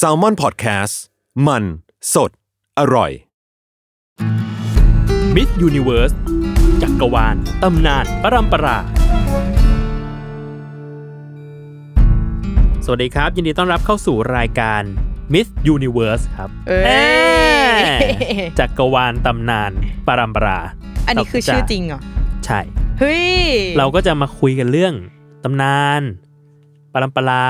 s a l m o n PODCAST มันสดอร่อย มิสยูนิเวิร์สจักรวาล ตำนาน ปรัมปรา สวัสดีครับ ยินดีต้อนรับเข้าสู่รายการ Miss Universe ครับ เอ้ย เอ้ยจักรวาล ตำนาน ปรัมปรา อันนี้คือชื่อจริงเหรอ ใช่ เฮ้ย เราก็จะมาคุยกันเรื่อง ตำนาน ปรัมปรา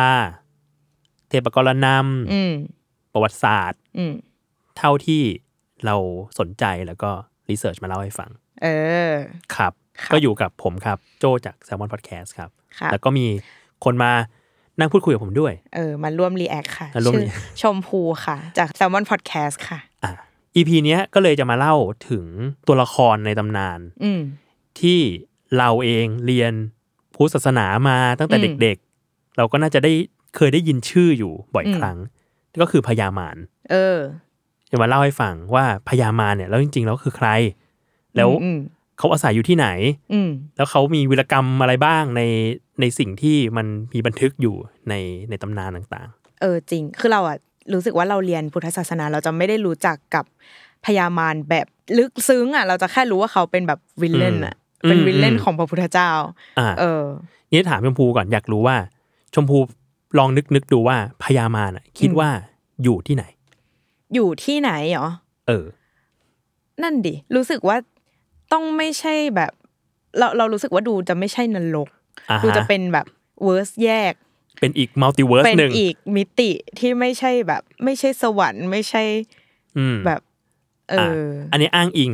เทพกรน อืม ำประวัติศาสตร์ อืม เท่าที่เราสนใจแล้วก็รีเสิร์ชมาเล่าให้ฟัง เออ ครับ ครับ ก็อยู่กับผมครับ โจจาก s ซ l m o n Podcast ครับ ครับ แล้วก็มีคนมานั่งพูดคุยกับผมด้วย เออ มาร่วมรีแอคค่ะ มาร่วม ชื่อ react ชมพูค่ะ จาก s ซ l m o n Podcast ค่ะ อ่ะ EP เนี้ยก็เลยจะมาเล่าถึงตัวละครในตำนาน อืม ที่เราเองเรียนพุทธศาสนามาตั้งแต่ อืม เด็กๆ เราก็น่าจะได้เคยได้ยินชื่ออยู่บ่อยครั้ง ก็คือพญามาร เออ จะมาเล่าให้ฟังว่าพญามารเนี่ยแล้วจริงๆแล้วคือใคร แล้ว อืม เขาอาศัยอยู่ที่ไหน อืม แล้วเขามีวิรกรรมอะไรบ้างในในสิ่งที่มันมีบันทึกอยู่ในในตำนานต่าง เออ จริง คือเราอะรู้สึกว่าเราเรียนพุทธศาสนา เราจะไม่ได้รู้จักกับพญามารแบบลึกซึ้งอะเราจะแค่รู้ว่าเขาเป็นแบบวินเลนอะเป็นวินเลนของพระพุทธเจ้า ๆ อ่า เออ นี่ถามชมพูก่อนอยากรู้ว่า ชมพูลองนึกนึกดูว่าพญามารน่ะคิดว่าอยู่ที่ไหน อยู่ที่ไหนเหรอ เออ นั่นดิ รู้สึกว่าต้องไม่ใช่แบบ เราเรารู้สึกว่าดูจะไม่ใช่นรก อ่า ดู ฮะ จะเป็นแบบเวอร์สแยก เป็นอีกมัลติเวิร์ส เป็น หนึ่ง อีกมิติที่ไม่ใช่แบบ ไม่ใช่สวรรค์ไม่ใช่ อืม แบบเอ อ่ะ ออ อันนี้อ้างอิง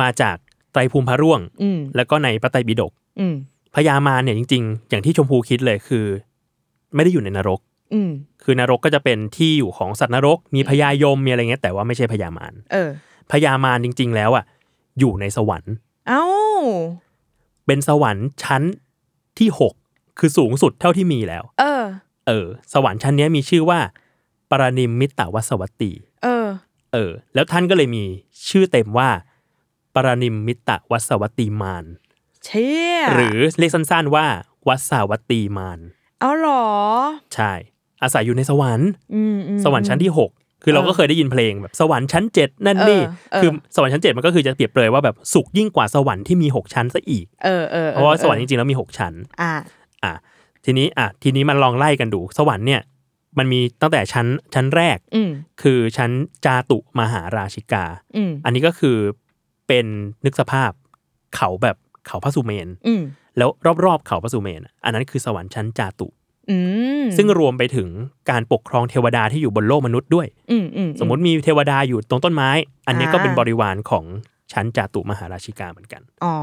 มาจากไตรภูมิพระร่วง อืม แล้วก็ในพระไตรปิฎก อืม พญามารเนี่ยจริง ๆ อย่างที่ชมพูคิดเลยคือ ไม่ได้อยู่ในนรก อืม คือนรกก็จะเป็นที่อยู่ของสัตว์นรก มีพญายมมีอะไรเงี้ยแต่ว่าไม่ใช่พญามาร เออ พญามารจริง ๆ แล้วอ่ะอยู่ในสวรรค์ เอ้า เป็นสวรรค์ชั้นที่หกคือสูงสุดเท่าที่มีแล้ว เออ เออ สวรรค์ชั้นเนี้ยมีชื่อว่า ปรนิมมิตวสวัตตี เออ เออ แล้วท่านก็เลยมีชื่อเต็มว่า ปรนิมมิตวสวัตตีมาร เชี่ย หรือเรียกสั้นๆว่าวัสาวัตตีมาร เอาหรอ ใช่ อาศัยอยู่ในสวรรค์ อืมอืม สวรรค์ชั้นที่หกคือเราก็เคยได้ยินเพลงแบบสวรรค์ชั้นเจ็ดนั่นนี่ เออเออ คือสวรรค์ชั้นเจ็ดมันก็คือจะเปรียบเปรยว่าแบบสุขยิ่งกว่าสวรรค์ที่มีหกชั้นซะอีก เออเออออ เพราะว่าสวรรค์จริงๆแล้วมีหกชั้น อ่ะ อ่ะทีนี้อ่ะทีนี้มันลองไล่กันดู สวรรค์เนี่ย มันมีตั้งแต่ชั้นชั้นแรก อืม คือชั้นจาตุมหาราชิกา อืม อันนี้ก็คือเป็นนึกสภาพเขาแบบเขาพระสุเมน อืม แล้วรอบๆเขาพระสุเมนอ่ะอันนั้นคือสวรรค์ชั้นจาตุ อืม ซึ่งรวมไปถึงการปกครองเทวดาที่อยู่บนโลกมนุษย์ด้วย อืมอืม สมมติมีเทวดาอยู่ตรงต้นไม้ อันนี้ก็เป็น อ่า บริวารของชั้นจาตุมหาราชิกาเหมือนกัน อ๋อ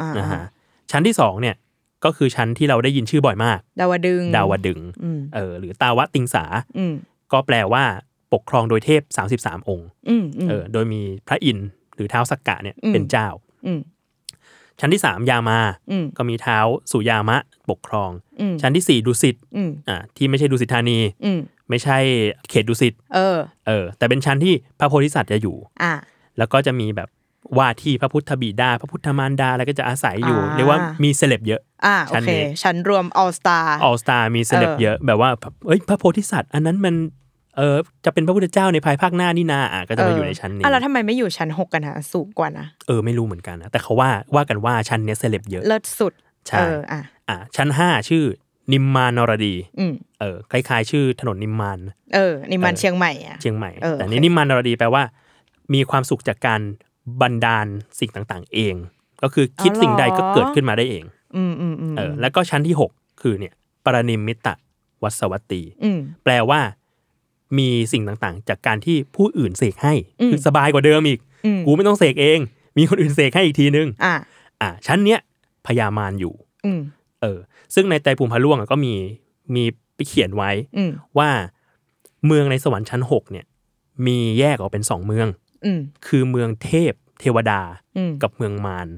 อ่า นะฮะชั้นที่สองเนี่ยก็คือชั้นที่เราได้ยินชื่อบ่อยมาก ดาวดึง ดาวดึง อืม เออหรือตาวะติงสา อืม ก็แปลว่าปกครองโดยเทพ 33 องค์ อืมอืม เออ โดยมีพระอินทร์หรือเท้าวสักกะเนี่ย อืม เป็นเจ้า อืม ชั้นที่ 3 ยามา อืม ก็มีเท้าวสุยามะ ปกครอง อืม ชั้นที่ 4 ดุสิต อืม อ่า ที่ไม่ใช่ดุสิตธานี อืม ไม่ใช่เขตดุสิต เออ เออ แต่เป็นชั้นที่พระโพธิสัตว์จะอยู่ อ่ะ แล้วก็จะมีแบบว่าที่พระพุทธบิดา พระพุทธมารดา แล้วก็จะอาศัยอยู่ อ่า เรียกว่ามีเซเลบเยอะ อ่ะ ชั้ โอน เค นี้ ฉันรวม All Star ออลสตามีเซเลบ เออ เยอะแบบว่าเอ้ยพระโพธิสัตว์ อันนั้นมันเออจะเป็นพระพุทธเจ้าในภายภาคหน้านี่นาอ่ะก็จะมาอยู่ในชั้นนี้ อ่ะแล้วทำไมไม่อยู่ชั้นหกกันนะสูงกว่านะ เออไม่รู้เหมือนกันนะแต่เขาว่าว่ากันว่าชั้นเนี้ยเซเลบเยอะ เลิศสุด ใช่ เออ อ่ะ อ่ะชั้น 5 ชื่อนิมมานรดี อืม เออคล้ายๆ ชื่อถนนนิมมาน เออ นี่มัน เออ เชียงใหม่อ่ะ เชียงใหม่ เออ แต่ โอเค นี่นิมมานรดีแปลว่า มีความสุขจากการบันดาลสิ่งต่างๆ เอง ก็คือคิดสิ่งใดก็เกิดขึ้นมาได้เอง อืมอืมอืม เออแล้วก็ชั้นที่ 6 คือเนี่ยปรนิมมิตะวัสวัตตี อืม แปลว่ามีสิ่งต่างๆ จากการที่ผู้อื่นเสกให้ อืม คือสบายกว่าเดิมอีก อืม กูไม่ต้องเสกเอง มีคนอื่นเสกให้อีกทีนึง อ่ะ อ่ะชั้นเนี้ยพญามารอยู่ อืม เออ ซึ่งในไตรภูมิพระล่วงอะก็มีมี ไปเขียนไว้ อืม ว่าเมืองในสวรรค์ชั้นหกเนี่ย มีแยกออกเป็นสองเมือง อืม คือเมืองเทพเทวดา อืม กับเมืองมาร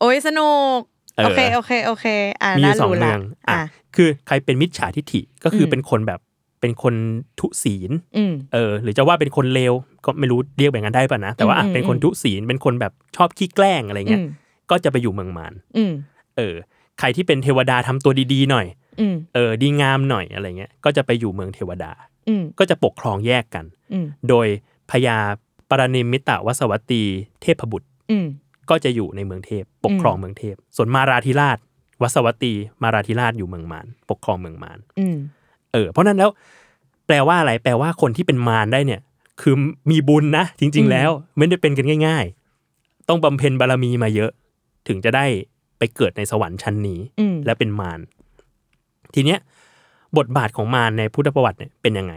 โอ้ยสนุก เออ โอเคโอเคโอเค อ่า มีอ น่า ยู่สอง รู้ เมื ละ องอ่ะ อ่ะ คือใครเป็นมิจฉาทิฐิก็คืออ ม เป็นคนแบบเป็นคนทุศีล อืม เออหรือจะว่าเป็นคนเลวก็ไม่รู้เรียกแบบนั้นได้ป่ะนะ แต่ว่าอ่ะ อืมอืม เป็นคนทุศีลเป็นคนแบบชอบขี้แกล้งอะไร อื เงี้ย ม ก็จะไปอยู่เมืองมาร อืม เออ ใครที่เป็นเทวดาทำตัวดีๆหน่อย อืม เออดีงามหน่อยอะไรเงี้ยก็จะไปอยู่เมืองเทวดา อืม ก็จะปกครองแยกกัน อืม โดยพญาปรนิมมิตวสวัตตีเทพบุตร อืม ก็จะอยู่ในเมืองเทพ ปกครอง อืม เมืองเทพ ส่วนมาราธิราชวสวัตตีมาราธิราชอยู่เมืองมารปกครองเมืองมาร อืม เออเพราะนั้นแล้วแปลว่าอะไรแปลว่าคนที่เป็นมารได้เนี่ย คือมีบุญนะ จริง อื ๆ ม แล้วไม่ได้เป็นกันง่าย ๆ ต้องบำเพ็ญบารมีมาเยอะ ถึงจะได้ไปเกิดในสวรรค์ชั้นนี้ อืม และเป็นมาร ทีเนี้ย บทบาทของมารในพุทธประวัติเนี่ยเป็นยังไง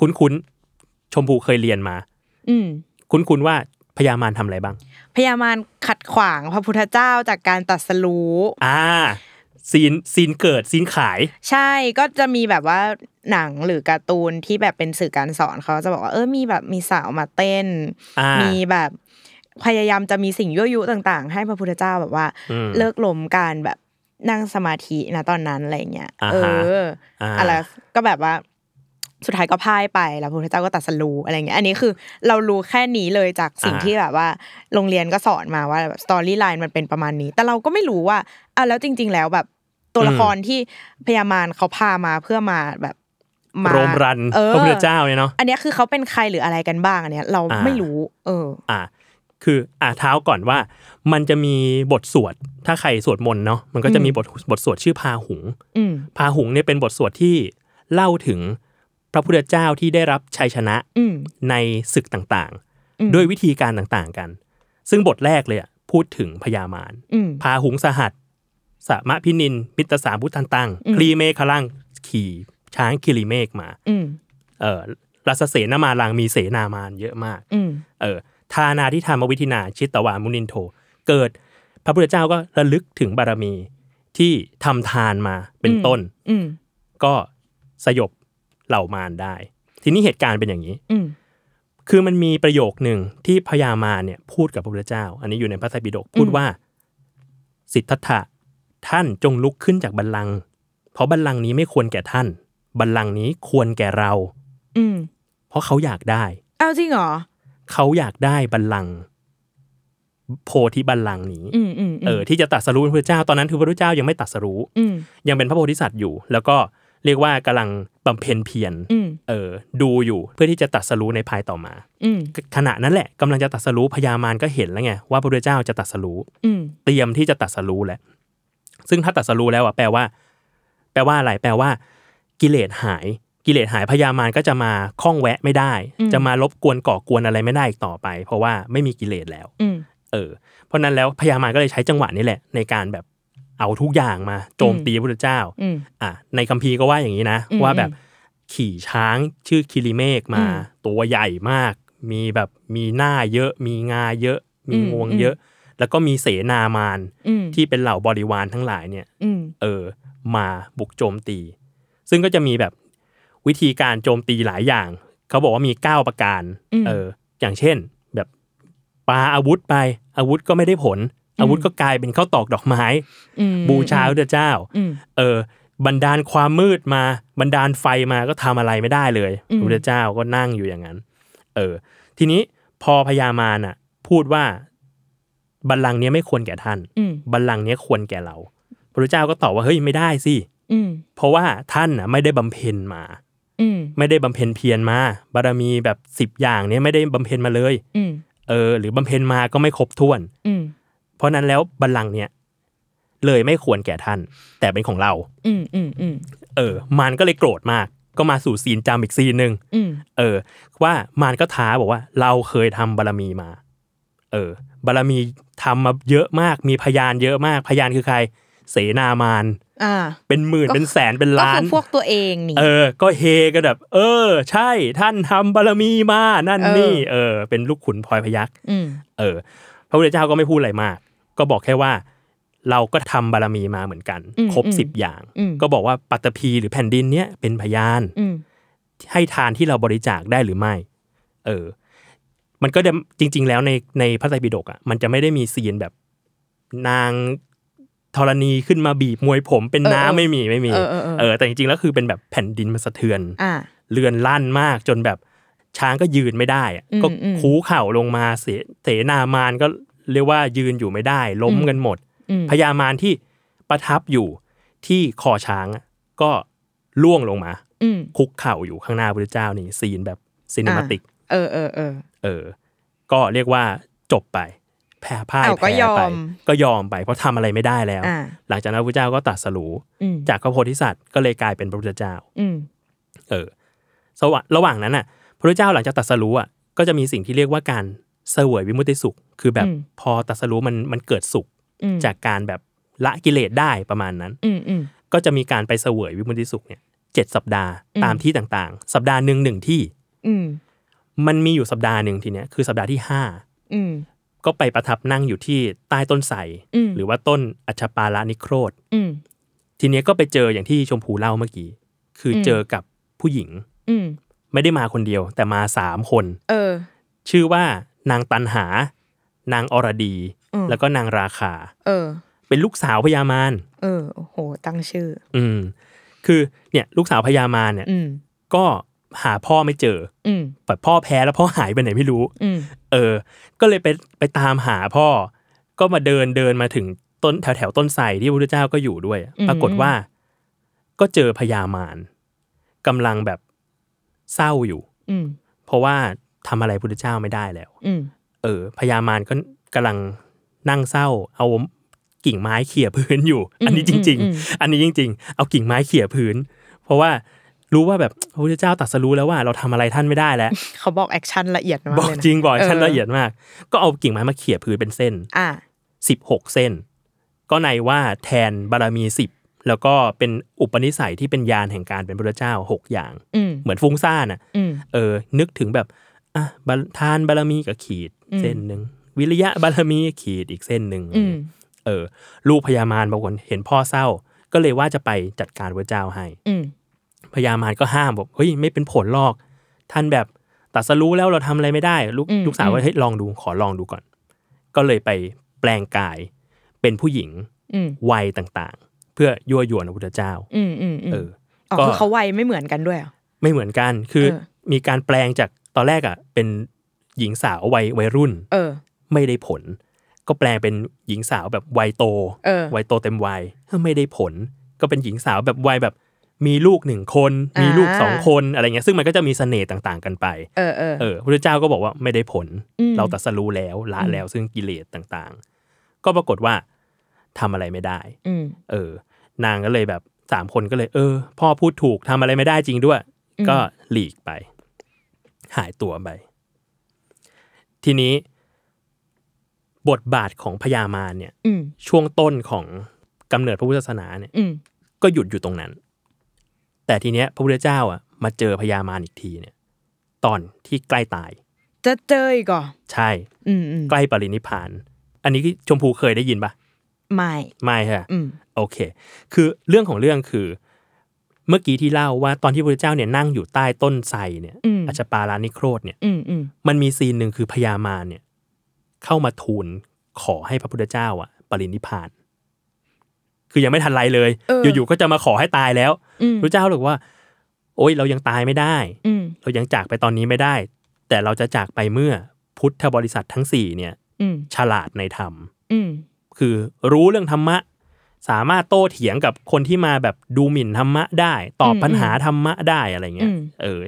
คุ้นๆชมพูเคยเรียนมา อืม คุ้นๆว่าพญามารทำอะไรบ้าง พยามารขัดขวางพระพุทธเจ้าจากการตรัดสรู้ อ่า ซีนซีนเกิดซีนขาย ใช่ก็จะมีแบบว่าหนังหรือการ์ตูนที่แบบเป็นสื่อการสอนเขาจะบอกว่าเออมีแบบมีสาวมาเต้น อ่า มีแบบพยายามจะมีสิ่งยั่วยุต่าง ๆ ให้พระพุทธเจ้าแบบว่า อืม เลิกล้มการแบบนั่งสมาธินะตอนนั้นอะไรเงี้ย อ่า เอ ฮะ อ อ่า อะไรก็แบบว่าสุดท้ายก็พ่ายไปแล้วพระพุทธเจ้าก็ตรัดสรู้อะไรเงี้ยอันนี้คือเรารู้แค่นี้เลยจากสิ่ง อ่า ที่แบบว่า โรงเรียนก็สอนมาว่าแบบสตอรี่ไลน์มันเป็นประมาณนี้ แต่เราก็ไม่รู้ว่าอ่ะแล้วจริง ๆ แล้วแบบตัวละครที่พยามารเขาพามาเพื่อมาแบบมา โรมรัน เออ พระพุทธเจ้าเนี่ยเนาะ อันเนี้ยคือเขาเป็นใครหรืออะไรกันบ้างอันเนี้ยเรา อ่า ไม่รู้ เออ อ่ะคืออ่ะเท้าก่อนว่า มันจะมีบทสวด ถ้าใครสวดมนต์เนาะมันก็จะมี อืม บทบทสวดชื่อพาหุง อืม พาหุงเนี่ยเป็นบทสวดที่เล่าถึงพระพุทธเจ้าที่ได้รับชัยชนะ อืม ในศึกต่าง อืม ๆ ด้วยวิธีการต่างๆกัน ซึ่งบทแรกเลยอะพูดถึงพญามาร อืม พาหุงสหัสสมะพินินมิตรสามุทันตัง อืม คลีเมฆลังขี่ช้างคิริเมฆมา อืม เออรัสเสนามาลังมีเสนามารเยอะมาก อืม เออทานาทิธรรมวิธินาชิตตวามุนินโท เกิดพระพุทธเจ้าก็ระลึกถึงบารมีที่ทำทานมาเป็น อืม ต้น อืม ก็สยบเหล่ามารได้ ทีนี้เหตุการณ์เป็นอย่างนี้ อืม คือมันมีประโยคหนึ่งที่พญามารเนี่ยพูดกับพระพุทธเจ้า อันนี้อยู่ในพระไตรปิฎกพูดว่า สิทธัตถะท่านจงลุกขึ้นจากบัลลังก์เพราะบัลลังก์นี้ไม่ควรแก่ท่าน บัลลังก์นี้ควรแก่เรา อืม เพราะเขาอยากได้ เอาจริงเหรอ เขาอยากได้บัลลังก์โพธิบัลลังก์นี้ อืมอืมม เออที่จะตรัดสรู้เป็นพระพุทธเจ้าตอนนั้นคือพระพุทธเจ้ายังไม่ตรัดสรู้ อืม ยังเป็นพระโพธิสัตว์อยู่ แล้วก็เรียกว่ากำลังบำเพ็ญเพียร อืม เออดูอยู่เพื่อที่จะตรัดสรู้ในภายต่อมา อืม ขณะนั้นแหละกำลังจะตรัดสรู้พญามารก็เห็นแล้วไงว่าพระพุทธเจ้าจะตรัดสรู้ อืม เตรียมที่จะตรัดสรู้แล้วซึ่งถ้าตรัดสรู้แล้วอ่ะแปลว่า แปลว่าอะไรแปลว่า กิเลสหาย กิเลสหายพญามารก็จะมาข้องแวะไม่ได้ จะมารบกวนก่อกวนอะไรไม่ได้อีกต่อไป เพราะว่าไม่มีกิเลสแล้ว อืม เออเพราะนั้นแล้วพญามารก็เลยใช้จังหวะนี้แหละ ในการแบบเอาทุกอย่างมาโจม อืม ตีพระพุทธเจ้า อืม อ่ะในคัมภีร์ก็ว่าอย่างนี้นะ อืม ว่าแบบขี่ช้างชื่อคิริเมฆมา อืม ตัวใหญ่มาก มีแบบมีหน้าเยอะ มีงาเยอะ มี อืม งวง อืม เยอะ แล้วก็มีเสนามาร อืม ที่เป็นเหล่าบริวารทั้งหลายเนี่ย อืม เออมาบุกโจมตี ซึ่งก็จะมีแบบวิธีการโจมตีหลายอย่าง เขาบอกว่ามี 9 ประการ อืม เอออย่างเช่น แบบปาอาวุธไปอาวุธก็ไม่ได้ผล ม อาวุธก็กลายเป็นข้าวตอกดอกไม้ อืม บูชาพระพุทธเจ้า อืม เออบันดาลความมืดมาบันดาลไฟมาก็ทำอะไรไม่ได้เลย อืม พระพุทธเจ้าก็นั่งอยู่อย่างนั้น เออ ทีนี้พอพญามารน่ะ พูดว่าบัลลังก์เนี้ยไม่ควรแก่ท่าน อืม บัลลังก์เนี้ยควรแก่เรา พระพุทธเจ้าก็ตอบว่าเฮ้ยไม่ได้สิ อืม เพราะว่าท่านน่ะไม่ได้บำเพ็ญมา อืม ไม่ได้บำเพ็ญเพียรมา บารมีแบบสิบอย่างเนี้ยไม่ได้บำเพ็ญมาเลย อืม เออ หรือบำเพ็ญมาก็ไม่ครบถ้วน อืม เพราะนั้นแล้วบัลลังก์เนี่ยเลยไม่ควรแก่ท่าน แต่เป็นของเรา อืมอืมอืม เออ มารก็เลยโกรธมาก ก็มาสู่ซีนจามอีกซีนหนึ่ง อืม เออ ว่ามารก็ท้าบอกว่า เราเคยทำบารมีมา เออ บารมีทำมาเยอะมาก มีพยานเยอะมาก พยานคือใคร เสนามาร อ่า เป็นหมื่น ก็ เป็นแสนเป็น ก็ ล้า คื น อพวกตัวเองนี่ เออ ก็เฮกันแบบ เออ ใช่ ท่านทำบารมีมา นั่น เออ นี่ เออ เป็นลูกขุนพลอยพยักษ์ อืม เออ พระพุทธเจ้าก็ไม่พูดอะไรมาก ก็บอกแค่ว่า เราก็ทำบารมีมาเหมือนกัน อืม ครบ อืม สิบอย่าง อืม ก็บอกว่าปัตตภีหรือแผ่นดินเนี้ยเป็นพยาน อืม ให้ทานที่เราบริจาคได้หรือไม่ เออ มันก็จะจริง ๆ แล้วในในพระไตรปิฎกอ่ะ มันจะไม่ได้มีซีนแบบนางธรณีขึ้นมาบีบมวยผมเป็น เออ น้า เออ ไม่มีไม่มี เออเออเออ แต่จริงๆแล้วคือเป็นแบบแผ่นดินมันสะเทือน อ่า เลือนลั่นมากจนแบบช้างก็ยืนไม่ได้อะ อืม ก็ อืม คูเข่าลงมาเสเสนามานก็เรียกว่ายืนอยู่ไม่ได้ ล้มกันหมด อืม พญามารที่ประทับอยู่ที่คอช้างอะก็ล่วงลงมา อืม คุกเข่าอยู่ข้างหน้าพระเจ้านี่ซีนแบบซีนิมาติก เออเออเออ เออ ก็เรียกว่าจบไป แพ้พ่าย อ้าวก็ แพ้ ยอ ไป ม ก็ยอมไปเพราะทำอะไรไม่ได้แล้ว อ่า หลังจากนั้นพระเจ้าก็ตรัดสรู้ อืม จากพระโพธิสัตว์ก็เลยกลายเป็นพระพุทธเจ้า อืม เออสวะระหว่างนั้นน่ะ พระเจ้าหลังจากตรัสรู้อ่ะก็จะมีสิ่งที่เรียกว่าการเสวยวิมุตติสุข คือแบบ อืม พอตรัสรู้มันมันเกิดสุข อืม จากการแบบละกิเลสได้ประมาณนั้น อืมอืม ก็จะมีการไปเสวยวิมุตติสุขเนี่ยเจ็ดสัปดาห์ อืม ตามที่ต่างๆ สัปดาห์หนึ่งหนึ่งที่ อืม มันมีอยู่สัปดาห์หนึ่งทีเนี้ยคือสัปดาห์ที่ อืม 5 ก็ไปประทับนั่งอยู่ที่ใต้ต้นไทร อืม หรือว่าต้นอัชปาลานิโครธ อืม ทีเนี้ยก็ไปเจออย่างที่ชมพูเล่าเมื่อกี้ คืออ ม เจอกับผู้หญิง อืม ไม่ได้มาคนเดียว แต่มาสามคน เออ ชื่อว่านางตันหา นางอรดี อืม แล้วก็นางราคา เออ เป็นลูกสาวพญามาร เออ โอ้โห ตั้งชื่อ อืม คือเนี่ยลูกสาวพญามารเนี่ย อืม ก็หาพ่อไม่เจอ อืม แบบพ่อแพ้แล้วพ่อหายไปไหนไม่รู้ อืม เออ ก็เลยไปไปตามหาพ่อ ก็มาเดินเดินมาถึงต้นแถวแถวต้นไทรที่พระพุทธเจ้าก็อยู่ด้วย อืม ปรากฏว่า ก็เจอพญามารกำลังแบบเศร้าอยู่ อืม เพราะว่าทำอะไรพระพุทธเจ้าไม่ได้แล้ว อืม เออพญามารก็กำลังนั่งเศร้า เอากิ่งไม้เขี่ยพื้นอยู่ อันนี้จริง อืมอืม ๆ อันนี้จริง ๆ เอากิ่งไม้เขี่ยพื้น เพราะว่ารู้ว่าแบบพระพุทธเจ้าตรัสรู้แล้วว่าเราทำอะไรท่านไม่ได้แล้ว เขาบอกแอคชั่นละเอียดมาก บอก เลยนะ จริงบอก เออ ชั้นละเอียดมาก ก็เอากิ่งไม้มาเขี่ยพื้นเป็นเส้น อ่า สิบหกเส้น ก็ในว่าแทนบารมีสิบแล้วก็เป็นอุปนิสัยที่เป็นยานแห่งการเป็นพระพุทธเจ้าหกอย่าง อืม เหมือนฟุ้งซ่านอ่ะ อืม เออ นึกถึงแบบอ่ะบารทานบารมีกับขีด อืม เส้นหนึ่ง วิริยะบารมีกับขีดอีกเส้นหนึ่ง อืม เออ ลูกพญามารบางคนเห็นพ่อเศร้า ก็เลยว่าจะไปจัดการพระเจ้าให้ อืม พญามารก็ห้ามบอกเฮ้ยไม่เป็นผลหรอก ท่านแบบตรัดสรู้แล้วเราทำอะไรไม่ได้ ลูก อืม ลูกสาว อื ว่าม เฮ้ยลองดูขอลองดูก่อน ก็เลยไปแปลงกาย เป็นผู้หญิง อืม วัยต่างๆ เพื่อยั่วยวนพระพุทธเจ้า อืมอืม เออ อ๋อ ก็ คือเขาไวยไม่เหมือนกันด้วยเหรอ ไม่เหมือนกันคือ เออ มีการแปลงจากตอนแรกอ่ะ เป็นหญิงสาววัยวัยรุ่น เออ ไม่ได้ผล ก็แปลงเป็นหญิงสาวแบบวัยโต เออ วัยโตเต็มวัยไม่ได้ผล ก็เป็นหญิงสาวแบบวัยแบบมีลูกหนึ่งคนมีลูก อ่า สองคนอะไรเงี้ยซึ่งมันก็จะมีเสน่ห์ต่างๆ กันไป เออเออ เออพระเจ้าก็บอกว่าไม่ได้ผล อืม เราตรัสรู้แล้วละแล้วซึ่งกิเลสต่างๆ ก็ปรากฏว่าทำอะไรไม่ได้ อืม เออ นางก็เลยแบบสามคนก็เลย เออ พ่อพูดถูกทำอะไรไม่ได้จริงด้วย อืม ก็หลีกไป หายตัวไป ทีนี้ บทบาทของพญามารเนี่ย อืม ช่วงต้นของกำเนิดพระพุทธศาสนาเนี่ย อืม ก็หยุดอยู่ตรงนั้น แต่ทีเนี้ย พระพุทธเจ้าอ่ะมาเจอพญามารอีกทีเนี่ย ตอนที่ใกล้ตาย จะเจออีกเหรอ ใช่ อืมอืม ใกล้ปรินิพพาน อันนี้ชมพูเคยได้ยินปะ ไม่ ไม่ค่ะ อืม โอเค คือเรื่องของเรื่องคือ เมื่อกี้ที่เล่าว่าตอนที่พระเจ้าเนี่ยนั่งอยู่ใต้ต้นไทรเนี่ย อืม อัชปารานิโครธเนี่ย อืมอืม มันมีซีนหนึ่งคือพญามารเนี่ย เข้ามาทูลขอให้พระพุทธเจ้าอะปรินิพพาน คือยังไม่ทันไรเลย อยู่ๆก็จะมาขอให้ตายแล้ว อืม พระเจ้าเลยบอกว่า โอ๊ยเรายังตายไม่ได้ อืม เรายังจากไปตอนนี้ไม่ได้ แต่เราจะจากไปเมื่อพุทธบริษัททั้งสี่เนี่ย อืม ฉลาดในธรรม อืม คือรู้เรื่องธรรมะ สามารถโต้เถียงกับคนที่มาแบบดูหมิ่นธรรมะได้ ตอบ อืม ปัญหาธรรมะได้อะไรเงี้ย อืม เออ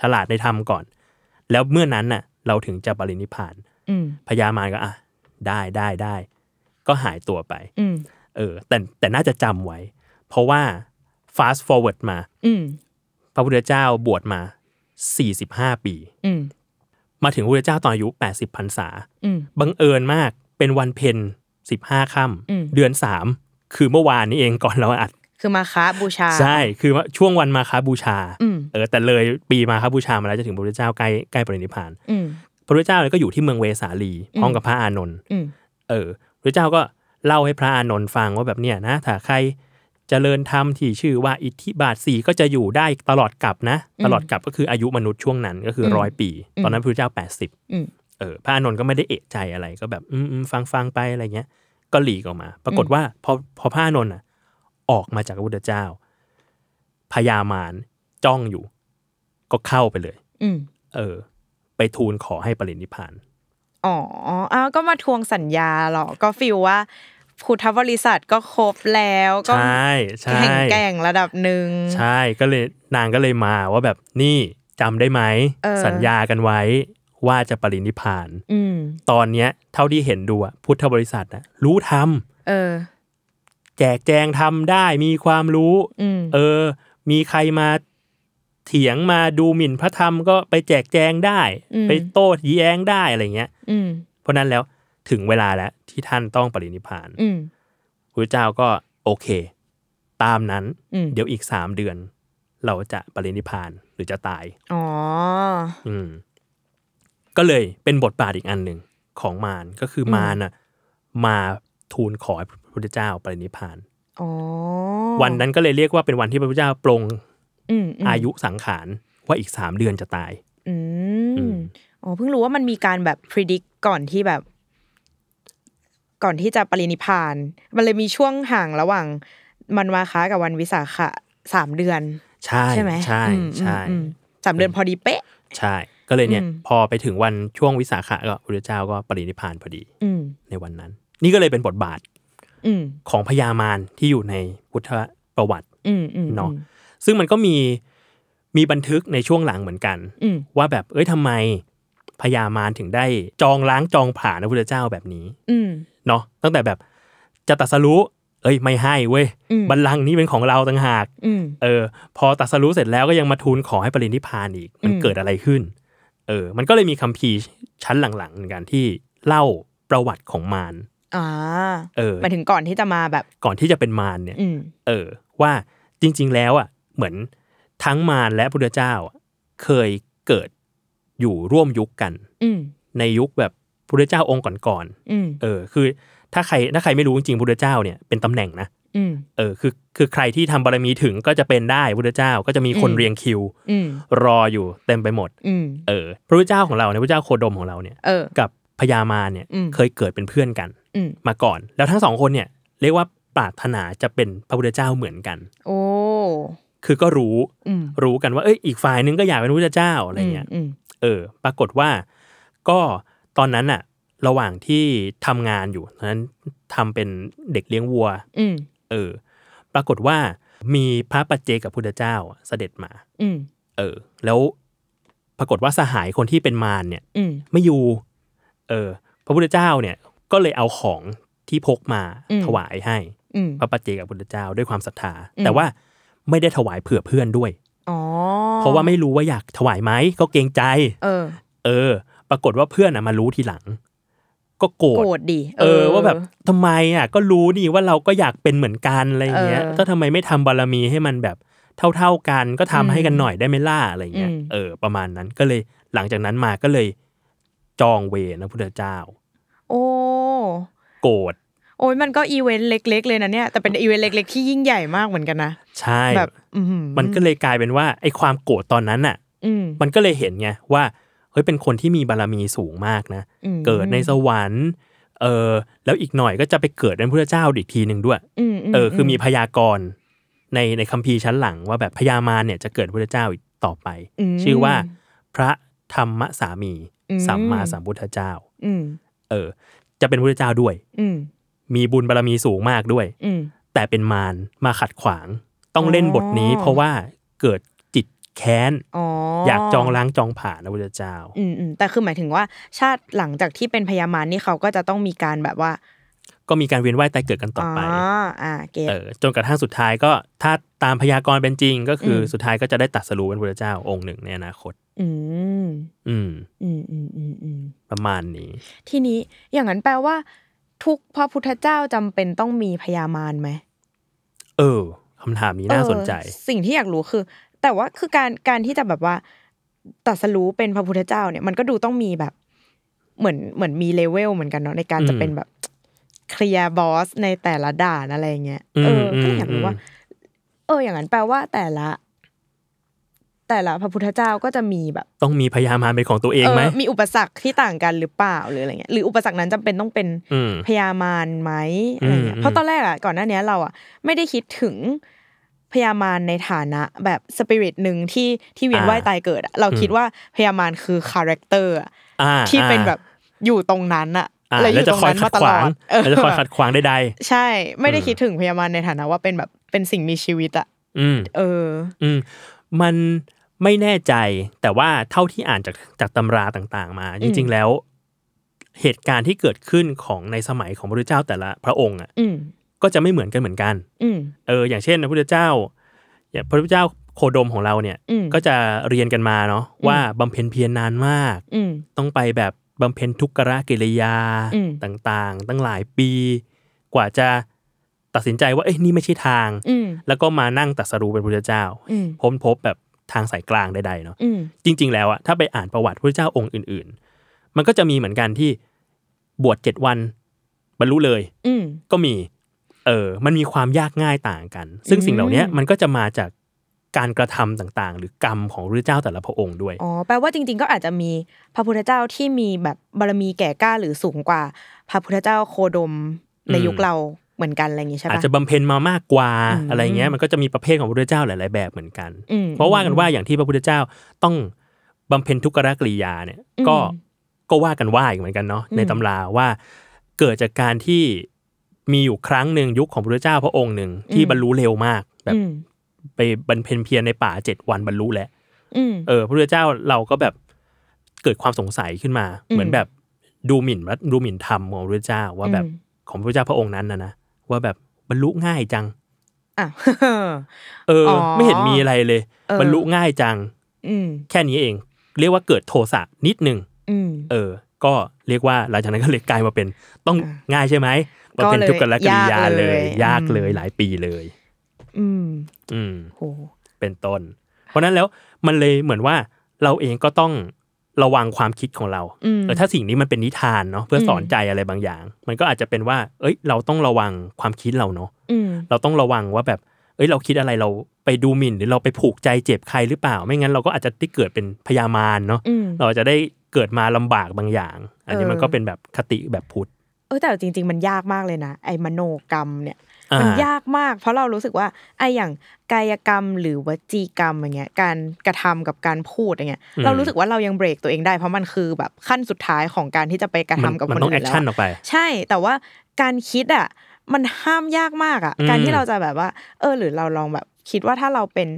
ฉลาดในธรรมก่อน แล้วเมื่อนั้นน่ะ เราถึงจะปรินิพพาน อืม พญามารก็อ่ะได้ได้ได้ก็หายตัวไป อืม เออ แต่แต่น่าจะจำไว้ เพราะว่า fast forward มา อืม พระพุทธเจ้าบวชมา 45 ปี อืม มาถึงพระพุทธเจ้าตอนอายุ 80พรรษา อืม บังเอิญมากเป็นวันเพ็ญสิบห้าค่ อืม ำเดือนสามคือเมื่อวานนี้เองก่อนเราอัด คือมาค้าบูชา ใช่คือว่าช่วงวันมาคาบูชา อืม เออแต่เลยปีมาคาบูชามาแล้วจะถึงพระพุทธเจ้าใกล้ใกล้ปรินิพพาน อืม พระพุทธเจ้าเนี่ยก็อยู่ที่เมืองเวสาลีพร้อมกับพระอานนท์ อืม เออพระพุทธเจ้าก็ เล่าให้พระอานนท์ฟังว่าแบบเนี่ยนะถ้าใครเจริญธรรมที่ชื่อว่าอิทธิบาทสี่ก็จะอยู่ได้ตลอดกับนะ อืม ตลอดกับก็คืออายุมนุษย์ช่วงนั้นก็คือ ม ร้อยปี ตอนนั้นพระเจ้าแปดสิบ อืม เออพระอานนท์ก็ไม่ได้เอะใจอะไรก็แบบอืมอืมฟังฟังไปอะไรเงี้ย ก็หลีกออกมา ปรากฏว่าพอพอพระอานนท์น่ะออกมาจากพระพุทธเจ้าพญามารจ้องอยู่ ก็เข้าไปเลย อืม เออ ไปทูลขอให้ปรินิพพาน อ๋ออ้าวก็มาทวงสัญญาเหรอ ก็ฟีลว่าพุทธบริษัทก็ครบแล้วก็ ใช่ใช่ แข็งแกร่งระดับหนึ่ง ใช่ก็เลยนางก็เลยมาว่าแบบนี่จำได้ไหม เออ สัญญากันไว้ว่าจะปรินิพพาน อืม ตอนเนี้ยเท่าที่เห็นดูอะพุทธบริษัทนะรู้ท เออ ำแจกแจงทำได้มีความรู้ อืม เออ มีใครมาเถียงมาดูหมิ่นพระธรรมก็ไปแจกแจงได้ อืม ไปโต้แย้งได้อะไรเงี้ย อืม เพราะนั้นแล้วถึงเวลาแล้วที่ท่านต้องปรินิพพาน อืม พระเจ้าก็โอเค ตามนั้น อืม เดี๋ยวอีกสามเดือน เราจะปรินิพพานหรือจะตาย อ๋อ อืม ก็เลยเป็นบทบาทอีกอันหนึ่งของมารก็คืออ ม มารน่ะมาทูลขอให้พระพุทธเจ้าปรินิพพาน อ๋อ วันนั้นก็เลยเรียกว่าเป็นวันที่พระพุทธเจ้าปรง อืมม อายุสังขารว่าอีกสามเดือนจะตาย อื อื ม ม อ๋อเพิ่งรู้ว่ามันมีการแบบ predict ก่อนที่แบบ ก่อนที่จะปรินิพพาน มันเลยมีช่วงห่างระหว่าง มันมาค้ากับวันวิสาขะสามเดือน ใช่ ใช่ไหม ใช่ อืม ใช่ อืมอืมสามเดือนพอดีเป๊ะ ใช่ ก็เลยเนี่ย อืม พอไปถึงวันช่วงวิสาขะก็พระพุทธเจ้าก็ปรินิพพานพอดี อืม ในวันนั้น นี่ก็เลยเป็นบทบาท อืม ของพญามารที่อยู่ในพุทธประวัติ อืมอืม เนาะ ซึ่งมันก็มีมีบันทึกในช่วงหลังเหมือนกัน อืม ว่าแบบเอ้ยทำไมพญามารถึงได้จองล้างจองผลาญพระพุทธเจ้าแบบนี้ อืม เนาะตั้งแต่แบบจะตรัสรู้เอ้ยไม่ให้เว้ย อืม บัลลังก์นี้เป็นของเราต่างหาก อืม เออ พอตรัสรู้เสร็จแล้วก็ยังมาทูลขอให้ปรินิพพานอีก มัน อืม เกิดอะไรขึ้น เออ มันก็เลยมีคัมภีร์ชั้นหลังๆเหมือนกันที่เล่าประวัติของมาร อ่า เออ หมายถึงก่อนที่จะมาแบบ ก่อนที่จะเป็นมารเนี่ย อืม เออว่าจริง ๆ แล้วอ่ะเหมือนทั้งมารและพุทธเจ้าอะเคยเกิดอยู่ร่วมยุคกัน อืม ในยุคแบบพุทธเจ้าองค์ก่อน อืม ๆเออ คือถ้าใครถ้าใครไม่รู้จริงๆพุทธเจ้าเนี่ยเป็นตำแหน่งนะ อืม เออคือคือใครที่ทำบารมีถึงก็จะเป็นได้พุทธเจ้าก็จะมีคน อืม เรียงคิว อืม รออยู่เต็มไปหมด อืม เออพระพุทธเจ้าของเราเนี่ยพระพุทธเจ้าโคดมของเราเนี่ย เออ กับพญามารเนี่ย อืม เคยเกิดเป็นเพื่อนกัน อืม มาก่อน แล้วทั้งสองคนเนี่ยเรียกว่าปรารถนาจะเป็นพระพุทธเจ้าเหมือนกัน โอ้ คือก็รู้ อืม รู้กันว่าเอ้ยอีกฝ่ายนึงก็อยากเป็นพระพุทธเจ้าอะไรเงี้ย อืม เออ ปรากฏว่าก็ตอนนั้นอะระหว่างที่ทำงานอยู่ตอนนั้นทำเป็นเด็กเลี้ยงวัว อืม เออ ปรากฏว่ามีพระปัจเจกับพุทธเจ้าอะเสด็จมา อืม เออ แล้วปรากฏว่าสหายคนที่เป็นมารเนี่ย อืม ไม่อยู่ เออ พระพุทธเจ้าเนี่ย ก็เลยเอาของที่พกมา อืม ถวายให้ อืม พระปัจเจกับพุทธเจ้าด้วยความศรัทธา อืม แต่ว่าไม่ได้ถวายเผื่อเพื่อนด้วย อ๋อ เพราะว่าไม่รู้ว่าอยากถวายไหมก็เกรงใจ เออ เออ ปรากฏว่าเพื่อนอะมารู้ทีหลัง ก็โกร โกร ธ ธดิ เออ ว่าแบบทำไมอ่ะ ก็รู้นี่ว่าเราก็อยากเป็นเหมือนกันอะไรอย่างเงี้ย เออ ก็ทำไมไม่ทำบารมีให้มันแบบเท่าๆกัน ก็ทำให้กันหน่อยได้ไหมล่ะอะไรเงี้ย อืม เออ ประมาณนั้นก็เลยหลังจากนั้นมาก็เลยจองเวรนะพุทธเจ้า โอ้ โกรธ โอ้ยมันก็อีเวนต์เล็ก ๆ เลยนะเนี่ย แต่เป็นอีเวนต์เล็ก ๆ ที่ยิ่งใหญ่มากเหมือนกันนะ ใช่ แบบ อืม มันก็เลยกลายเป็นว่าไอ้ความโกรธตอนนั้นอ่ะ อืม มันก็เลยเห็นไงว่าเฮ้ยเป็นคนที่มีบารมีสูงมากนะ อืม เกิดในสวรรค์เออแล้วอีกหน่อยก็จะไปเกิดเป็นพระเจ้าอีกทีหนึ่งด้วย อืม เออคือมีพยากรณ์ในในคัมภีร์ชั้นหลังว่าแบบพญามารเนี่ยจะเกิดพระเจ้าอีกต่อไป ม ชื่อว่าพระธรรมสามี อืม สัมมาสัมพุทธเจ้า อืม เออ จะเป็นพระเจ้าด้วย อืม มีบุญบารมีสูงมากด้วย อืม แต่เป็นมารมาขัดขวาง ต้องเล่นบทนี้ อ๋อ เพราะว่าเกิดจิตแค้น อ๋อ อ อ ยากจองล้างจองผ่านพระพุทธเจ้า อืมอืมแต่คือหมายถึงว่าชาติหลังจากที่เป็นพญามารนี่เขาก็จะต้องมีการแบบว่า ก็มีการเวียนว่ายตายเกิดกันต่อไป อ๋ออ่าเกต เออจนกระทั่งสุดท้ายก็ถ้าตามพยากรณ์เป็นจริง ก็คืออ ม สุดท้ายก็จะได้ตรัดสรู้เป็นพระเจ้าองค์หนึ่งในอนาคต อืม อืม อืมอืมอืมอืม ประมาณนี้ ทีนี้อย่างนั้นแปลว่า ทุกพระพุทธเจ้าจำเป็นต้องมีพญามารไหม เออคำถามนี้น่าสนใจ เออสิ่งที่อยากรู้คือ แต่ว่าคือการการที่จะแบบว่าตรัสรู้เป็นพระพุทธเจ้าเนี่ยมันก็ดูต้องมีแบบ เหมือนเหมือนมีเลเวลเหมือนกันเนาะในการจะ อืม เป็นแบบ เคลียร์บอสในแต่ละด่านอะไรเงี้ยเอออ ม ก็เลยอยากรู้ว่า เออ อย่างนั้นแปลว่าแต่ละ แต่ละพระพุทธเจ้าก็จะมีแบบ ต้องมีพยามารเป็นของตัวเองไหม เออมีอุปสรรคที่ต่างกันหรือเปล่าหรืออะไรเงี้ยหรืออุปสรรคนั้นจำเป็นต้องเป็น อืม พยามารไหมอะไรเงี้ย อืม เพราะตอนแรกอ่ะก่อนหน้าเนี้ยเราอ่ะไม่ได้คิดถึงพยามารในฐานะแบบสปิริตหนึ่งที่ที่เวียน อ่า ว่ายตายเกิดอะเราคิดว่าพยามารคือคาแรคเตอร์อะ อ่า ที่เป็น อ่า แบบอยู่ตรงนั้นอะ อ่า และอ แล้ว ยู่ จะ ตรง คอย นั้น ขั มา ด ต ข ล วา องดเออ แล้วจะคอยขัดขวางใด ใช่ ไม่ได้ อืม คิดถึงพยามารในฐานะว่าเป็นแบบเป็นสิ่งมีชีวิตอะ ๆอืม เออ อืมมันไม่แน่ใจแต่ว่าเท่าที่อ่านจากจากตำราต่างๆมา จริงๆแล้ว เหตุการณ์ที่เกิดขึ้นของในสมัยของพระพุทธเจ้าแต่ละพระองค์อ่ะ อืม ก็จะไม่เหมือนกันเหมือนกัน อืม เอออย่างเช่นพระพุทธเจ้าอย่างพระพุทธเจ้าโคดมของเราเนี่ย อืม ก็จะเรียนกันมาเนาะว่าบำเพ็ญเพียรนานมาก อืม ต้องไปแบบบำเพ็ญทุกขะกิริยา อืม ต่างๆ ตั้งหลายปี กว่าจะตัดสินใจว่าเอ้ยนี่ไม่ใช่ทาง อืม แล้วก็มานั่งตรัดสรู้เป็นพระพุทธเจ้า อืม พ้นพบแบบทางสายกลางใดๆเนาะ อืม จริง ๆ แล้วอะถ้าไปอ่านประวัติพระเจ้าองค์อื่น ๆ มันก็จะมีเหมือนกันที่บวชเจ็ดวันบรรลุเลย อืม ก็มีเออมันมีความยากง่ายต่างกัน ซึ่ง อืม สิ่งเหล่าเนี้ยมันก็จะมาจากการกระทำต่างๆ หรือกรรมของพระเจ้าแต่ละพระองค์ด้วย อ๋อแปลว่าจริงๆ ก็อาจจะมีพระพุทธเจ้าที่มีแบบบารมีแก่กล้าหรือสูงกว่า พระพุทธเจ้าโคดมใน อืม ยุคเราเหมือนกันอะไรอย่างงี้ใช่ปะ อาจจะบำเพ็ญมามากกว่า อืม อะไรเงี้ยมันก็จะมีประเภทของพระเจ้าหลายๆ แบบเหมือนกัน อืม เพราะว่ากันว่าอย่างที่พระพุทธเจ้าต้องบำเพ็ญทุกขกริยาเนี่ยก็ อืม ก็ว่ากันว่าอีกเหมือนกันเนาะ อืม ในตำราว่าเกิดจากการที่มีอยู่ครั้งหนึ่งยุคของพระพุทธเจ้าพระองค์หนึ่งที่บรรลุเร็วมากแบบ อืม ไปบำเพ็ญเพียรในป่าเจ็ดวันบรรลุแล้ว อืม เออพระพุทธเจ้าเราก็แบบเกิดความสงสัยขึ้นมา อืม เหมือนแบบดูหมิ่นรัฐดูหมิ่นธรรมของพระพุทธเจ้าว่าแบบ อืม ของพระพุทธเจ้าพระองค์นั้นนะนะว่าแบบบรรลุง่ายจัง อ่ะ เอออ อ ไม่เห็นมีอะไรเลย เออบ รรลุง่ายจัง อืม แค่นี้เอง เรียกว่าเกิดโทสะนิดหนึ่ง อืม เออ ก็เรียกว่าหลังจากนั้นก็เลยกลายมาเป็นต้อง อ่ะ ง่ายใช่ไหมมาเป็น ก็เลย ทุกกรกริยาย าก เล เลย ย ยากเลย อืม หลายปีเลย อืม อืม โห เป็นต้น เพราะฉะนั้นแล้วมันเลยเหมือนว่าเราเองก็ต้องระวังความคิดของเรา อืม เออถ้าสิ่งนี้มันเป็นนิทานเนาะเพื่ออ ม สอนใจอะไรบางอย่าง มันก็อาจจะเป็นว่า เอ้ย เราต้องระวังความคิดเราเนาะ อืม เราต้องระวังว่าแบบ เอ้ย เราคิดอะไรเราไปดูหมิ่น หรือเราไปผูกใจเจ็บใครหรือเปล่า ไม่งั้นเราก็อาจจะได้เกิดเป็นพยามารเนาะ อืม เราจะได้เกิดมาลำบากบางอย่าง อันนี้ เออ มันก็เป็นแบบคติแบบพุทธ เออแต่จริง ๆ มันยากมากเลยนะไอ้มโนกรรมเนี่ย อ่า มันยากมาก เพราะเรารู้สึกว่าไออย่างกายกรรมหรือวจีกรรมอย่างเงี้ยการกระทำกับการพูดอย่างเงี้ยเรารู้สึกว่าเรายังเบรกตัวเองได้เพราะมันคือแบบขั้นสุดท้ายของการที่จะไปกระทำกับ มั คน ต้องแอ อื่ คน แล้ว ชั่นอ อะ อกไป ใช่แต่ว่าการคิดอ่ะมันห้ามยากมากอ่ะ อืม การที่เราจะแบบว่า เออหรือเราลองแบบคิดว่าถ้าเราเป็น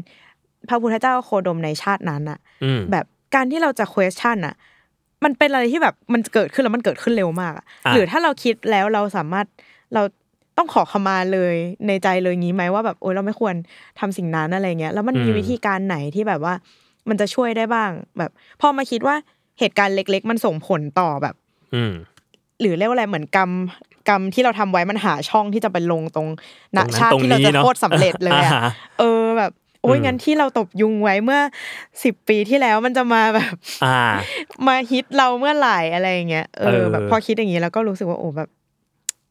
พระพุทธเจ้าโคดมในชาตินั้นอ่ะ อืม แบบการที่เราจะ question อ่ะ มันเป็นอะไรที่แบบมันเกิดขึ้นแล้วมันเกิดขึ้นเร็วมากอะ อ่ะ หรือถ้าเราคิดแล้วเราสามารถเราต้องขอขมาเลยในใจเลยงี้ไหมว่าแบบโอ๊ยเราไม่ควรทำสิ่งนั้นอะไรเงี้ยแล้วมันมีวิธีการไหนที่แบบว่า มันจะช่วยได้บ้าง แบบพอมาคิดว่าเหตุการณ์เล็ก ๆ มันส่งผลต่อแบบ อืม หรือเรียกว่าอะไรเหมือนกรรมกรรมที่เราทำไว้มันหาช่องที่จะไปลงตรงณ ตรงนั้น ชาติ ตรง ที่เรา นี้ จะ เนอะ โคตรสำเร็จเลยอะ อ่าฮะ เออแบบโอ้ยงั้นที่เราตบยุงไว้เมื่อสิบปีที่แล้วมันจะมาแบบ อ่า มาฮิตเราเมื่อไหร่อะไรอย่างเงี้ยเอ เอออแบบพอคิดอย่างนี้แล้วก็รู้สึกว่าโอ้แบบ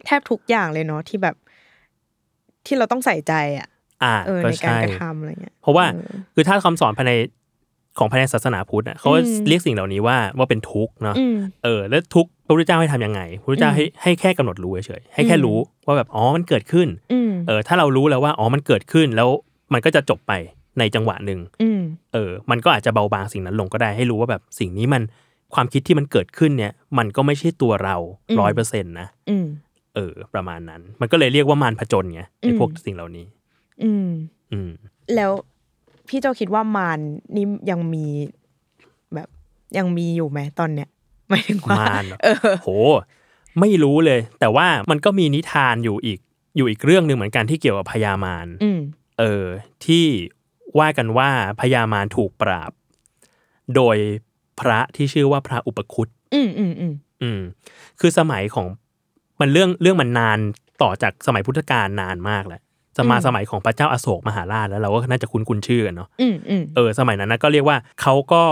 แทบทุกอย่างเลยเนาะที่แบบ ที่เราต้องใส่ใจอ่ะ อ่า เออ ก็ ในการ ใช่ กระทำอะไรเงี้ย เพราะว่า เออ คือถ้าคำสอนภายในของภายในศาสนาพุทธอะเขา อืม เรียกสิ่งเหล่านี้ว่าว่าเป็นทุกข์เนาะ อืม เออแล้วทุกข์พระพุทธเจ้าให้ทำยังไงพระพุทธเจ้า อืม ให้ให้แค่กำหนดรู้เฉยๆให้แค่ อืม รู้ว่าแบบอ๋อมันเกิดขึ้น อืม เออถ้าเรารู้แล้วว่าอ๋อมันเกิดขึ้นแล้วมันก็จะจบไปในจังหวะหนึ่ง อืม เออมันก็อาจจะเบาบางสิ่งนั้นลงก็ได้ให้รู้ว่าแบบสิ่งนี้มันความคิดที่มันเกิดขึ้นเนี่ย มันก็ไม่ใช่ตัวเราร้อยเปอร์เซ็นต์นะ อืม เออ ประมาณนั้น มันก็เลยเรียกว่ามารผจญไงไอ้ อืม พวกสิ่งเหล่านี้ อืม อืม แล้วพี่เจ้าคิดว่ามารนี่ยังมีแบบยังมีอยู่ไหมตอนเนี้ยหมายถึงว่าม ารเหรอ เออ โห ไม่รู้เลย แต่ว่ามันก็มีนิทานอยู่อีกอยู่อีกเรื่องหนึ่งเหมือนกันที่เกี่ยวกับพญามาร อืม เออที่ว่ากันว่าพญามารถูกปราบ โดยพระที่ชื่อว่าพระอุปคุต อืมอืมอืม อืม คือสมัยของมันเรื่องเรื่องมันนานต่อจากสมัยพุทธกาลนานมากแล้วจะมาสมัยของพระเจ้าอาโศกมหาราชแล้วเราก็น่าจะคุ้นคุ้นๆชื่อกันเนาะ อืมอืม เออสมัยนั้นนะก็เรียกว่าเขาก็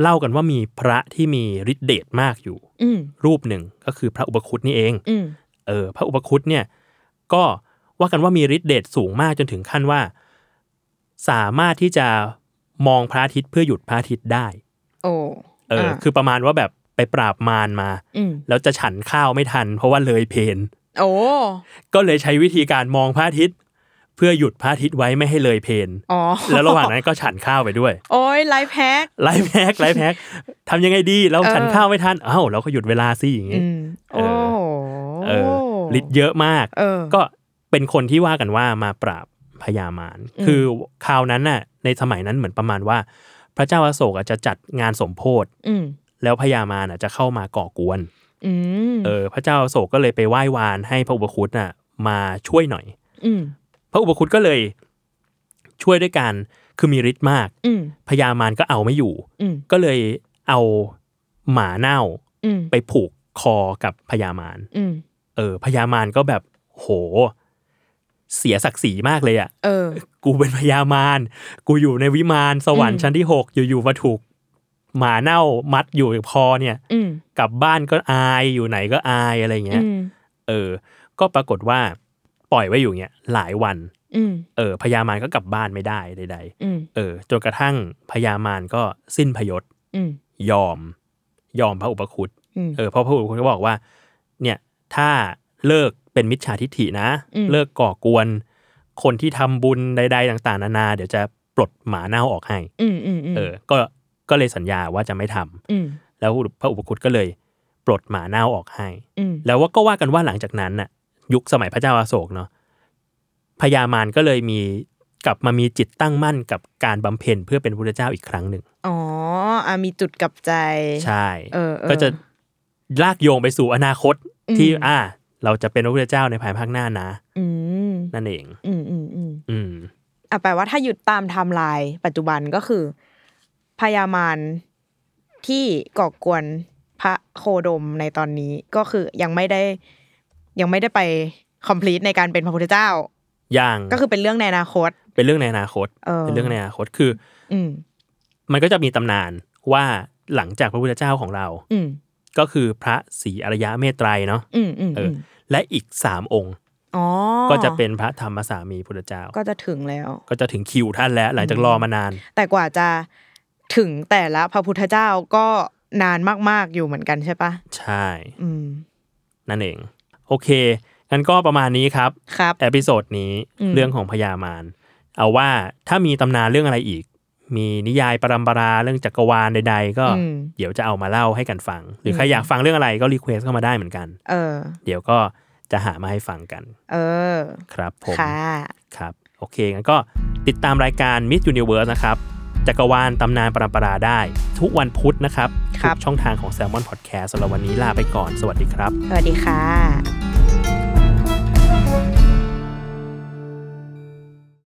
เล่ากันว่ามีพระที่มีฤทธิ์เดชมากอยู่ อืม รูปหนึ่งก็คือพระอุปคุตนี่เอง อืม เออพระอุปคุตเนี่ยก็ว่ากันว่ามีฤทธิ์เดชสูงมากจนถึงขั้นว่า สามารถที่จะมองพระอาทิตย์เพื่อหยุดพระอาทิตย์ได้ โอ้ เอออา คือประมาณว่าแบบไปปราบมารมา อืม แล้วจะฉันข้าวไม่ทัน เพราะว่าเลยเพน โอ้ ก็เลยใช้วิธีการมองพระอาทิตย์ เพื่อหยุดพระอาทิตย์ไว้ไม่ให้เลยเพน อ๋อ แล้วระหว่างนั้นก็ฉันข้าวไปด้วย โอ้ยไลฟ์แพ็ค ไลฟ์แพ็กไลฟ์แพ็กทำยังไงดีเรา เออ ฉันข้าวไม่ทันเอ้าเราก็หยุดเวลาสิอย่างงี้ อืม เอ โอ้ อ เออฤทธิ์เยอะมาก เออ ก็เป็นคนที่ว่ากันว่ามาปราบพญามาร อืม คือคราวนั้นน่ะ ในสมัยนั้นเหมือนประมาณว่า พระเจ้าอโศกอ่ะจะจัดงานสมโพธิ อืม แล้วพญามารน่ะจะเข้ามาก่อกวน อืม เออ พระเจ้าอโศกก็เลยไปไหว้วานให้พระอุปคุตน่ะ มาช่วยหน่อย อืม พระอุปคุตก็เลยช่วยด้วยการคือมีฤทธิ์มาก อืม พญามารก็เอาไม่อยู่ อืม ก็เลยเอาหมาเน่า อืม ไปผูกคอกับพญามาร อืม เออ พญามารก็แบบโห เสียศักดิ์ศรีมากเลยอะ่ะ เออ กูเป็นพญามาร กูอยู่ในวิมานสวรร อื ค์ ม ชั้นที่หกอยู่ๆมาถูกหมาเน่ามัดอยู่กับคอเนี่ย อืม กลับบ้านก็อายอยู่ไหนก็อายอะไรเงี้ยอืม เออ ก็ปรากฏว่าปล่อยไว้อยู่เงี้ยหลายวัน อืม เออ พญามารก็กลับบ้านไม่ได้ใด อืม ๆ เออ จนกระทั่งพญามารก็สิ้นพยศ อืม ยอม ยอมพระอุปคุต อืม เออเพราะพระอุปคุตก็บอกว่า เนี่ยถ้าเลิกเป็นมิจฉาทิฐินะ อืม เลิกก่อกวน คนที่ทำบุญใด ๆ ต่างๆ นานา เดี๋ยวจะปลดหมาเน่าออกให้ อืมอืมอืม เออ ก็ก็เลยสัญญาว่าจะไม่ทำ อืม แล้วพระอุปคุตก็เลยปลดหมาเน่าออกให้ อืม แล้วว่าก็ว่ากันว่าหลังจากนั้นน่ะ ยุคสมัยพระเจ้าอาโศกเนาะพญามารก็เลยมีกลับมามีจิตตั้งมั่นกับการบำเพ็ญเพื่อเป็นพระเจ้าอีกครั้งหนึ่ง อ๋ออ่ะมีจุดกลับใจ ใช่ เออเออ ก็จะลากโยงไปสู่อนาคต อืม ที่อ่า เราจะเป็นพระพุทธเจ้าในภายภาคหน้านะ อืม นั่นเอง อืมอืมอืม อืม อ่ะแปลว่าถ้าหยุดตามไทม์ไลน์ปัจจุบันก็คือ พยามารที่ก่อกวนพระโคดมในตอนนี้ก็คือยังไม่ได้ ยังไม่ได้ไป complete ในการเป็นพระพุทธเจ้า อย่าง ก็คือเป็นเรื่องในอนาคต เป็นเรื่องในอนาคต เออ เป็นเรื่องในอนาคตคือ อืม มันก็จะมีตำนานว่าหลังจากพระพุทธเจ้าของเรา อืม ก็คือพระศรีอริยะเมตไตรเนาะ อืมอืม เอ อื ออ ม และอีกสามองค์ อ๋อ ก็จะเป็นพระธรรมสามีพุทธเจ้า ก็จะถึงแล้ว ก็จะถึงคิวท่านแล้ว หลังจากรอมานาน แต่กว่าจะถึงแต่ละพระพุทธเจ้าก็นานมาก ๆ อยู่เหมือนกันใช่ปะ ใช่ อืม นั่นเอง โอเคงั้นก็ประมาณนี้ครับ ครับ เอพิโซดนี้ อืม เรื่องของพญามารเอาว่าถ้ามีตำนานเรื่องอะไรอีก มีนิยายปรัมปราเรื่องจักรวาลใด ๆ ก็ อืม เดี๋ยวจะเอามาเล่าให้กันฟัง หรือใคร อืม อยากฟังเรื่องอะไรก็รีเควสเข้ามาได้เหมือนกัน เออ เดี๋ยวก็จะหามาให้ฟังกัน เออ ครับผม ค่ะ ครับ โอเคงั้นก็ติดตามรายการ Miss Universe นะครับจักรวาลตำนานปรัมปราได้ ทุกวันพุธนะครับ ครับ ทุกช่องทางของ Salmon Podcast สำหรับวันนี้ลาไปก่อนสวัสดีครับ สวัสดีค่ะ